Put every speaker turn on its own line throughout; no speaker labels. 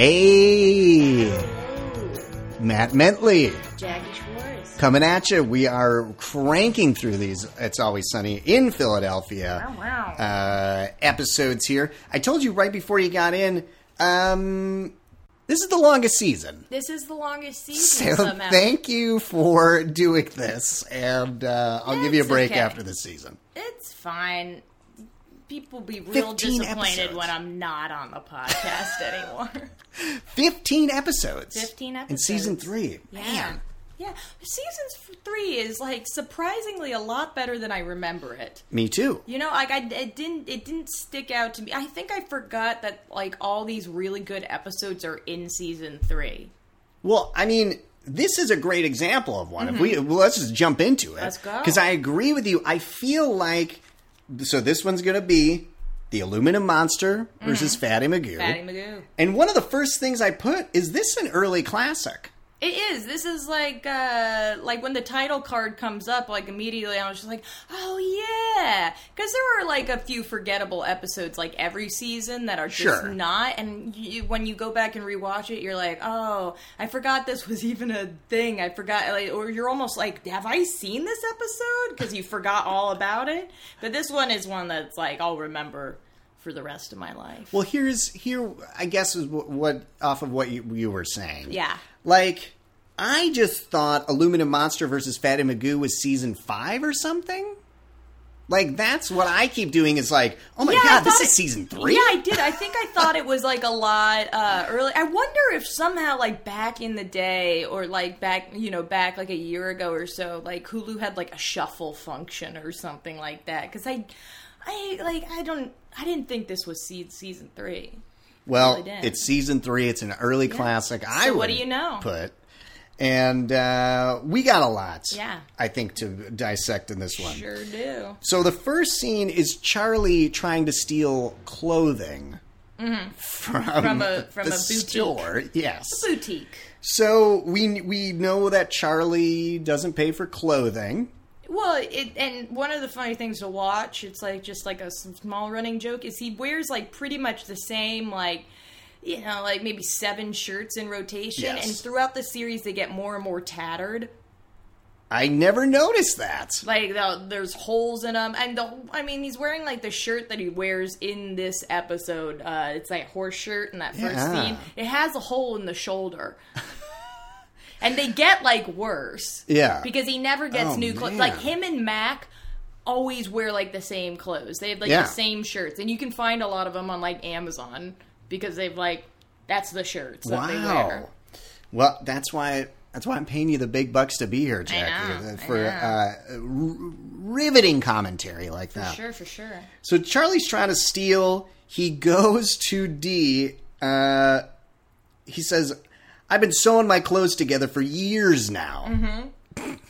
Hey, Matt Mentley
Jackie Schwartz.
coming at you. We are cranking through these. It's always sunny in Philadelphia.
Oh, wow.
Uh, episodes here. I told you right before you got in. Um, this is the longest season.
This is the longest
So
season somehow.
thank you for doing this, and uh, I'll give you a
That's
break
okay.
after this season.
it's fine. People be real
15
disappointed
episodes.
when I'm not on the podcast anymore.
Fifteen episodes.
15
in season
episodes.
three.
Yeah.
Man,
Yeah. Season f- three is like surprisingly a lot better than I remember it.
me too.
You know, like I it didn't it didn't stick out to me. I think I forgot that like all these really good episodes are in season three.
Well, I mean, this is a great example of one. If we well, let's just jump into it.
Mm-hmm. Let's go.
Because I agree with you. I feel like so this one's going to be the Aluminum Monster versus Fatty Magoo.
Mm-hmm. Fatty Magoo.
And one of the first things I put is this an early classic.
It is. This is like uh like when the title card comes up, like immediately I was just like, oh yeah, because there were like a few forgettable episodes like every season that are just
Sure.
not. And you, when you go back and rewatch it, you're like, oh, I forgot this was even a thing. I forgot, like, or you're almost like, have I seen this episode? Because you forgot all about it. But this one is one that's like I'll remember for the rest of my life.
Well, here's here. I guess is what, what off of what you, you were saying.
Yeah.
Like I just thought Aluminum Monster versus Fatty Magoo was season five or something. Like that's what I keep doing is like, oh my
Yeah, I
god, this
thought
is
it-
season three.
Yeah, I did. I think I thought it was like a lot uh, early. I wonder if somehow, like back in the day, or like back, you know, back like a year ago or so, like Hulu had like a shuffle function or something like that. Because I, I like I don't, I didn't think this was se- season three.
well,
really did.
it's season three. It's an early classic. I
So what do
would
you know?
Put and uh, we got a lot.
Yeah.
I think to dissect in this one.
Sure do.
So the first scene is Charlie trying to steal clothing from,
Mm-hmm. From a- from
the
a boutique.
store. Yes.
Boutique.
So we we know that Charlie doesn't pay for clothing.
Well, it and one of the funny things to watch, it's like just like a s- small running joke is he wears like pretty much the same like you know, like maybe seven shirts in rotation
Yes.
and throughout the series they get more and more tattered.
I never noticed that.
Like the, there's holes in them and the I mean he's wearing like the shirt that he wears in this episode. Uh it's that horse shirt in that first
Yeah.
scene. It has a hole in the shoulder. and they get like worse.
Yeah.
Because he never
Oh,
gets new clothes.
man.
Like him and Mac always wear like the same clothes. They have like
Yeah.
the same shirts, and you can find a lot of them on like Amazon because they've like that's the shirts that they wear.
Wow. Well, that's why that's why I'm paying you the big bucks to be here, Jack,
know, I
for
know.
Uh, r- riveting commentary like that.
Sure, for sure.
So Charlie's trying to steal. He goes to D. Uh, he says, "I've been sewing my clothes together for years now." Mm-hmm.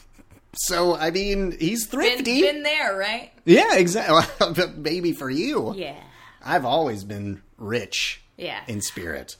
so I mean, he's
Been,
thrifty.
been there, right?
Yeah, exactly. Maybe for you.
Yeah.
I've always been rich
Yeah.
in spirit.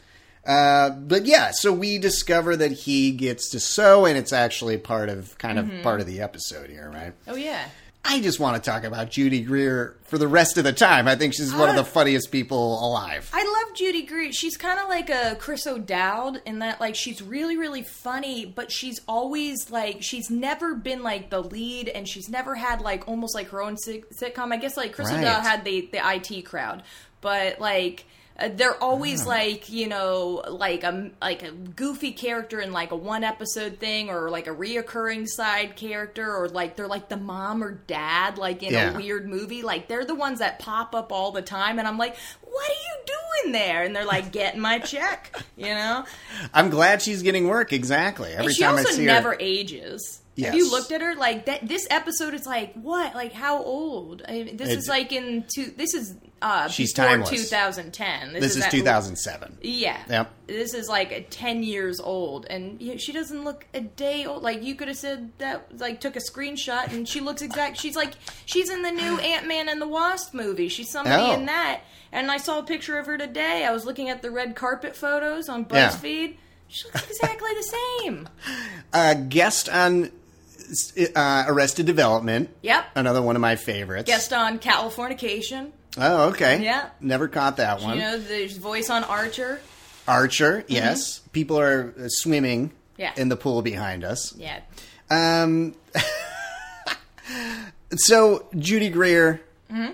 Uh, but yeah, so we discover that he gets to sew, and it's actually part of kind of
Mm-hmm.
part of the episode here, right?
Oh yeah.
I just want to talk about Judy Greer for the rest of the time. I think she's one of the funniest people alive.
I love Judy Greer. She's kind of like a Chris O'Dowd in that, like, she's really, really funny, but she's always like, she's never been like the lead, and she's never had like almost like her own sit- sitcom. I guess like Chris
Right.
O'Dowd had the the IT crowd, but like. Uh, they're always like you know like a like a goofy character in like a one episode thing or like a reoccurring side character or like they're like the mom or dad like in
Yeah.
a weird movie like they're the ones that pop up all the time and i'm like what are you doing there and they're like getting my check you know
I'm glad she's getting work. Exactly. Every
and she
time I
also
see
never
her,
ages
Yes.
Have you looked at her like that? This episode is like what? Like how old? I mean, this
It's-
is like in two. This is uh,
She's
before
timeless.
2010.
this is
that-
2007.
yeah.
Yep.
This is like 10 years old, and you- she doesn't look a day old. Like, you could have said that, like, took a screenshot, and she looks exact. She's like, she's in the new Ant Man and the Wasp movie. She's somebody
Oh.
in that. And I saw a picture of her today. I was looking at the red carpet photos on
Yeah.
BuzzFeed. She looks exactly the same.
Uh, guest on uh, Arrested Development.
Yep.
Another one of my favorites.
Guest on Californication.
Oh, okay.
Yeah.
Never caught that one.
You know, the voice on Archer.
Archer, yes. People are uh, swimming
Mm-hmm. Yeah.
in the pool behind us.
Yeah.
Um, so Judy Greer,
Mm-hmm.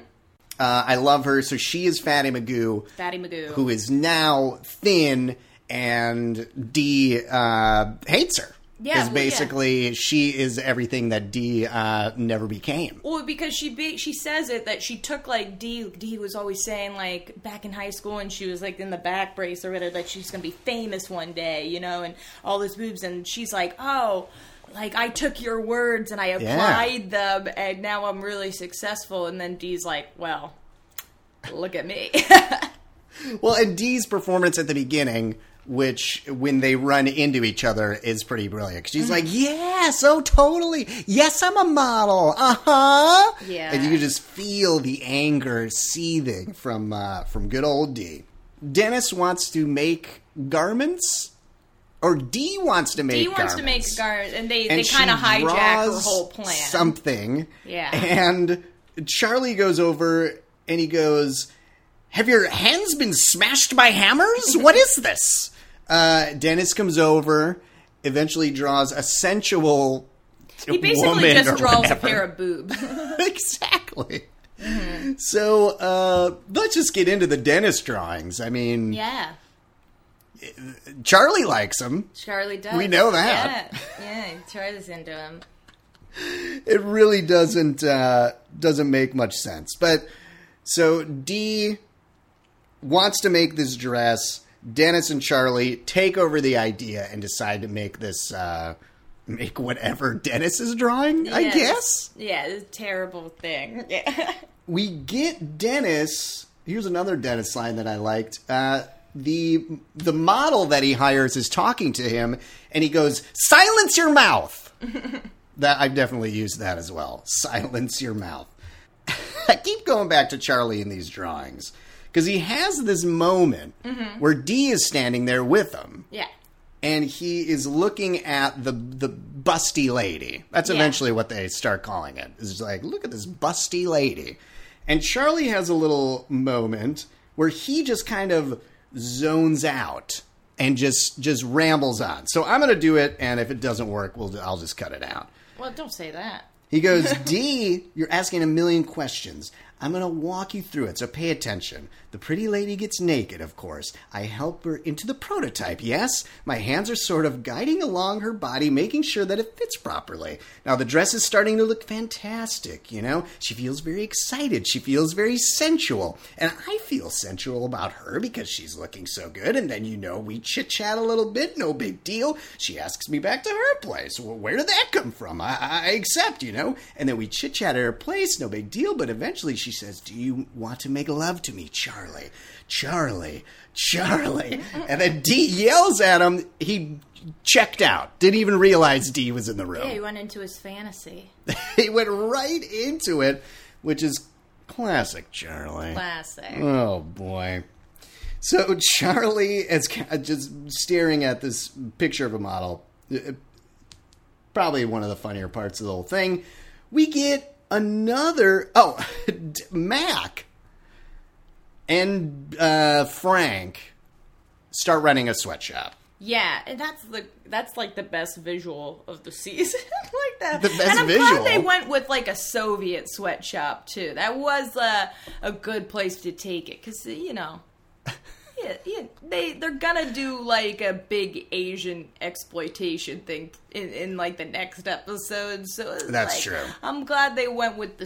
uh, I love her. So she is Fatty Magoo,
Fatty Magoo.
who is now thin, and Dee uh, hates her.
Yeah,
is
well, yeah.
basically she is everything that Dee uh, never became.
Well, because she be, she says it that she took like D D was always saying like back in high school and she was like in the back brace or whatever like she's gonna be famous one day, you know, and all those boobs and she's like, oh, like I took your words and I applied them and now I'm really successful. And then D's like, well, look at me.
Well, and Dee's performance at the beginning, which when they run into each other is pretty brilliant. She's like, "Yeah, so totally. Yes, I'm a model. Uh huh."
Yeah.
and you can just feel the anger seething from uh, from good old Dee. Dennis wants to make garments, or Dee wants to make.
D wants to make
garments.
garments and they
And
they kind of
she
hijack her
draws
whole plan.
Something.
Yeah.
And Charlie goes over and he goes, Have your hands been smashed by hammers? What is this? Uh, Dennis comes over, eventually draws a sensual.
he basically
woman or
just draws
whatever.
a pair of Mm-hmm. boobs.
exactly. So uh, let's just get into the Dennis drawings. I mean,
yeah.
Charlie likes them.
Charlie does.
We know that.
Yeah, yeah Charlie's into him.
it really doesn't uh, doesn't make much sense. But so D wants to make this dress. Dennis and Charlie take over the idea and decide to make this uh, make whatever Dennis is drawing. I
Yeah,
guess
Yeah, it's a terrible thing. Yeah.
we get Dennis. Here's another Dennis line that I liked. Uh, the the model that he hires is talking to him, and he goes, "Silence your mouth." that I've definitely used that as well. Silence your mouth. I keep going back to Charlie in these drawings because he has this moment where Dee is standing there with him,
Yeah.
and he is looking at the the busty lady. That's
Yeah.
eventually what they start calling it. It's just like, look at this busty lady. And Charlie has a little moment where he just kind of zones out and just just rambles on. So I'm going to do it, and if it doesn't work, we'll I'll just cut it out.
Well, don't say that.
He goes, D, you're asking a million questions. I'm going to walk you through it, so pay attention. The pretty lady gets naked, of course. I help her into the prototype, yes? My hands are sort of guiding along her body, making sure that it fits properly. Now, the dress is starting to look fantastic, you know? She feels very excited. She feels very sensual. And I feel sensual about her because she's looking so good. And then, you know, we chit chat a little bit, no big deal. She asks me back to her place. Well, where did that come from? I, I I accept, you know? And then we chit chat at her place, no big deal. But eventually she says, Do you want to make love to me, Charlie? Charlie, Charlie. and then D yells at him. He checked out, didn't even realize D was in the room
Yeah, he went into his fantasy.
he went right into it, which is classic Charlie.
Classic.
Oh boy. So Charlie is ca- just staring at this picture of a model. Uh, Probably one of the funnier parts of the whole thing. We get another. Oh, D- Mac and uh, Frank start running a sweatshop.
Yeah, and that's the that's like the best visual of the season. like that.
The best
and I'm
visual.
glad they went with like a Soviet sweatshop too. That was a a good place to take it because you know. Yeah, yeah, they they're gonna do like a big Asian exploitation thing in, in like the next episode. So it's
That's
like,
true.
I'm glad they went with the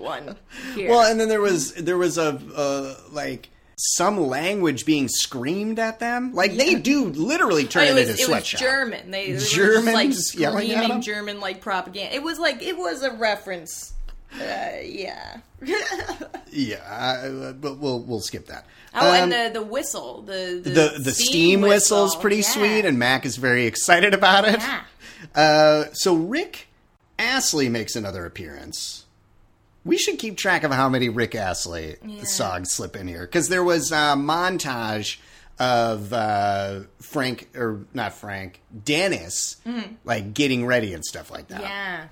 one. Here.
Well, and then there was there was a uh, like some language being screamed at them. Like they do literally turn
Oh, it
it,
was,
into
it was
sweatshop.
German. They, they were just,
Germans
like
yelling at
screaming
them?
German like propaganda. It was like it was a reference. Uh, yeah.
Yeah, I- I- but we'll we'll skip that.
Oh,
Um,
and the the whistle, the the,
the the steam, whistle's
whistle.
pretty
Yeah.
sweet, and Mac is very excited about it.
Yeah.
Uh, so Rick Astley makes another appearance. We should keep track of how many Rick Astley songs slip in here because there was a montage of uh, Frank or not Frank Dennis like getting ready and stuff like that.
Mm-hmm.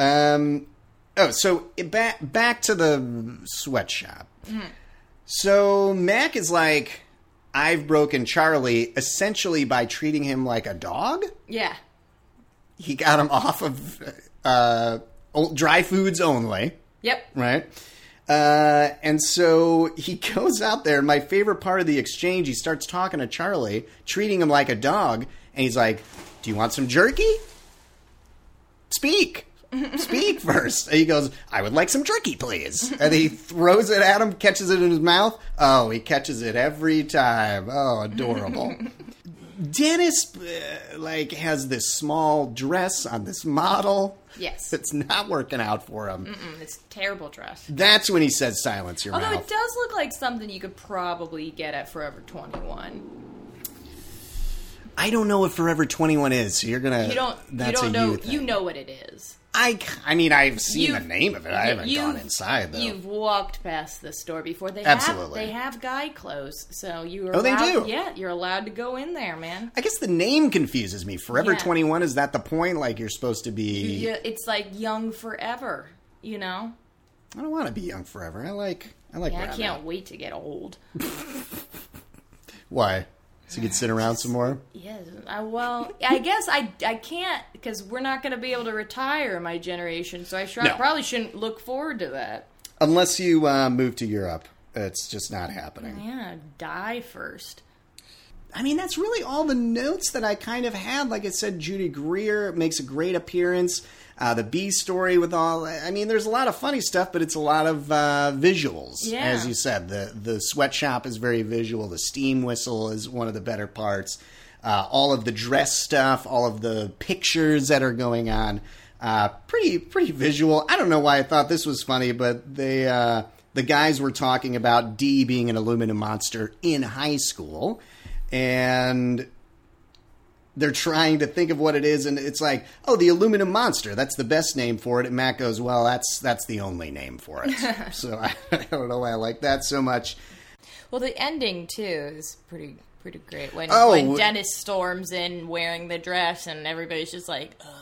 yeah.
Um, oh, so it- back back to the sweatshop. So Mac is like, I've broken Charlie essentially by treating him like a dog.
Yeah.
He got him off of uh, old- dry foods only,
Yep.
right? Uh, and so he goes out there. and My favorite part of the exchange, he starts talking to Charlie, treating him like a dog, and he's like, "Do you want some jerky? Speak." Speak first. And he goes, I would like some jerky, please. And he throws it at him, catches it in his mouth. Oh, he catches it every time. Oh, adorable. Dennis, uh, like, has this small dress on this model.
Yes.
It's not working out for him.
Mm, it's a terrible dress.
That's when he says silence your
Although it
mouth.
does look like something you could probably get at Forever 21.
I don't know what Forever 21 is, so you're going to
You don't you
that's
don't
a
know
you thing.
you know what it is.
I I mean I've seen
You've-
the name of it. I haven't
you've-
gone inside though.
You've walked past the store before. They
Absolutely.
have they have guy clothes, so you are
Oh, they
allowed-
do?
Yeah, you're allowed to go in there, man.
I guess the name confuses me. Forever
Yeah.
21 is that the point like you're supposed to be
You- it's like young forever, you know?
I don't want to be young forever. I like I like
Yeah,
where
I
I'm
can't
at.
wait to get old.
Why? So you can sit around some more?
Yes. I, well, I guess I, I can't because we're not going to be able to retire my generation, so I sure,
No.
probably shouldn't look forward to that.
Unless you uh, move to Europe. It's just not happening.
Yeah, die first.
I mean, that's really all the notes that I kind of had. Like I said, Judy Greer makes a great appearance. Uh, the B story with all. I mean, there's a lot of funny stuff, but it's a lot of uh, visuals,
Yeah.
as you said. The the sweatshop is very visual. The steam whistle is one of the better parts. Uh, all of the dress stuff, all of the pictures that are going on, uh, pretty pretty visual. I don't know why I thought this was funny, but they uh, the guys were talking about D being an aluminum monster in high school, and they're trying to think of what it is, and it's like, oh, the aluminum monster. That's the best name for it. And Matt goes, well, that's that's the only name for it. so I, I don't know why I like that so much.
Well, the ending, too, is pretty pretty great when,
Oh.
when Dennis storms in wearing the dress and everybody's just like, Ugh.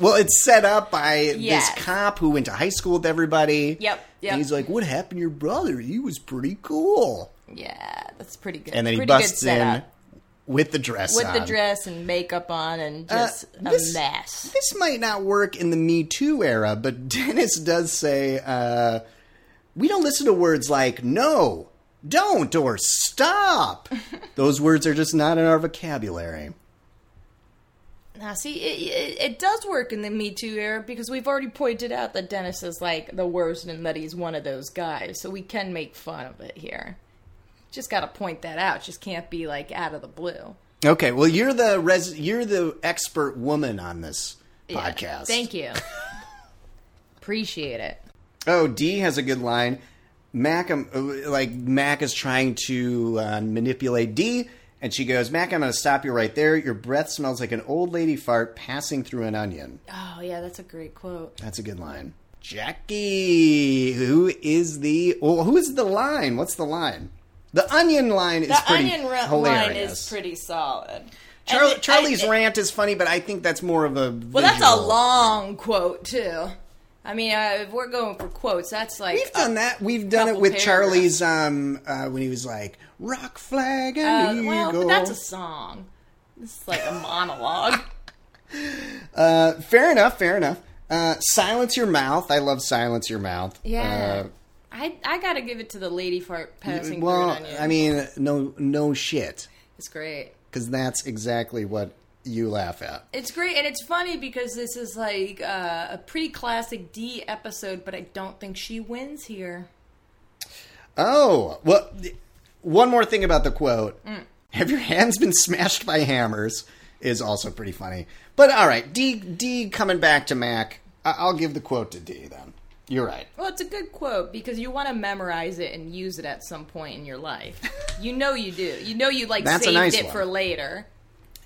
Well, it's set up by
Yes.
this cop who went to high school with everybody.
Yep, yep.
And he's like, what happened to your brother? He was pretty cool.
yeah, that's pretty good.
And then he
pretty
busts
good
in
setup.
with the dress
with the
on.
dress and makeup on and
Uh,
just
this-
a mess.
This might not work in the Me Too era, but Dennis does say, uh, we don't listen to words like no, don't, or stop. Those words are just not in our vocabulary.
Now, see, it, it, it does work in the Me Too era because we've already pointed out that Dennis is like the worst and that he's one of those guys, so we can make fun of it here. Just got to point that out. Just can't be like out of the blue.
Okay, well, you're the res- you're the expert woman on this
Yeah.
podcast.
Thank you. Appreciate it.
Oh, D has a good line. Mac, um, uh, like Mac is trying to uh, manipulate D, and she goes, "Mac, I'm going to stop you right there. Your breath smells like an old lady fart passing through an onion."
Oh, yeah, that's a great quote.
That's a good line. Jackie, who is the? Well, who is the line? What's the line? The onion line is
The
pretty
onion ru-
hilarious.
line is pretty solid.
Charlie,
And it-
Charlie's
I- it-
rant is funny, but I think that's more of a.
Well, that's a long quote, too. I mean, uh, if we're going for quotes, that's like.
We've
a-
done that. We've done it
couple
with
paragraphs.
Charlie's um uh, when he was like rock flag
Uh,
and
well,
eagle.
but that's a song. This is like a monologue.
fair enough. Fair enough. Uh, silence your mouth. I love silence your mouth.
Yeah.
Uh,
I I gotta give it to the lady fart passing
well,
through an onion.
I mean, no, no shit,
it's great.
because that's exactly what you laugh at.
It's great, and it's funny because this is like uh, a pretty classic D episode, but I don't think she wins here.
Oh, well, th- one more thing about the quote.
Mm.
Have your hands been smashed by hammers? Is also pretty funny. But all right, D D coming back to Mac. I- I'll give the quote to D then. You're right.
Well, it's a good quote because you want to memorize it and use it at some point in your life. you know you do. You know you like
That's a
saved
nice
it
one.
for later.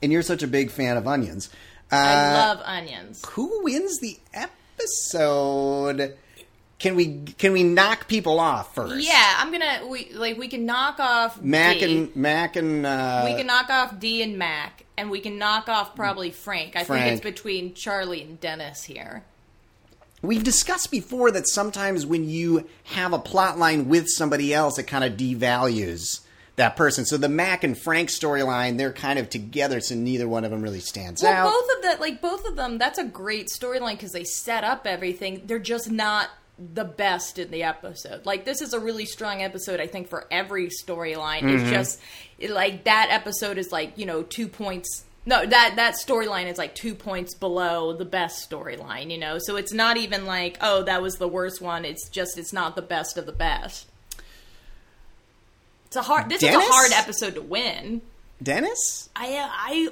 And you're such a big fan of onions. Uh,
I love onions.
who wins the episode? Can we can we knock people off first?
Yeah, I'm gonna we like we can knock off
Mac
D.
and Mac and uh,
We can knock off D and Mac, and we can knock off probably Frank. I think
Frank.
it's between Charlie and Dennis here.
We've discussed before that sometimes when you have a plot line with somebody else, it kind of devalues that person. So the Mac and Frank storyline, they're kind of together, so neither one of them really stands
Well,
out.
both of that, like both of them, that's a great storyline because they set up everything. They're just not the best in the episode. Like this is a really strong episode, I think, for every storyline.
Mm-hmm.
It's just it- like that episode is like you know two points. No, that that storyline is like two points below the best storyline. You know, so it's not even like oh that was the worst one. It's just it's not the best of the best. It's a hard. This is
Dennis?
a hard episode to win.
Dennis?
I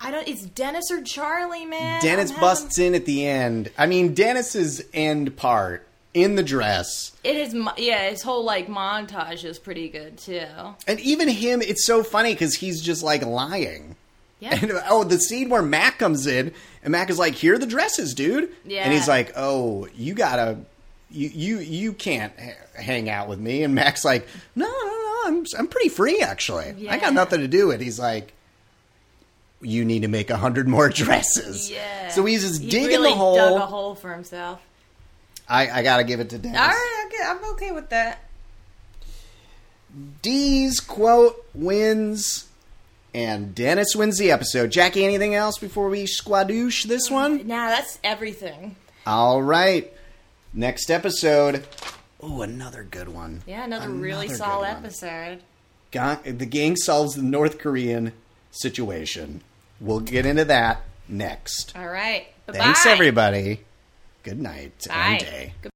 I I don't. It's Dennis or Charlie, man.
Dennis
I'm having-
busts in at the end. I mean, Dennis's end part in the dress.
It is. mo- Yeah, his whole like montage is pretty good too.
And even him, it's so funny because he's just like lying.
Yeah.
And oh, the scene where Mac comes in and Mac is like, "Here are the dresses, dude."
Yeah.
And he's like, "Oh, you gotta, you you you can't h- hang out with me." And Mac's like, "No, no, no, I'm I'm pretty free actually. I
Yeah.
got nothing to do." And he's like, "You need to make a hundred more dresses."
yeah.
So he's just
He
digging
really
the hole.
Dug a hole for himself.
I I gotta give it to Dennis.
All right, okay, I'm okay with that.
D's quote wins, and Dennis wins the episode. Jackie, anything else before we squadoosh this one?
Nah, that's everything.
All right. Next episode. Ooh, another good one.
Yeah, another, really
Another
solid
good one.
episode.
Ga- the gang solves the North Korean situation. We'll get into that next.
All right. Bye-bye.
Thanks, everybody. Good night
Bye.
and day.
Good-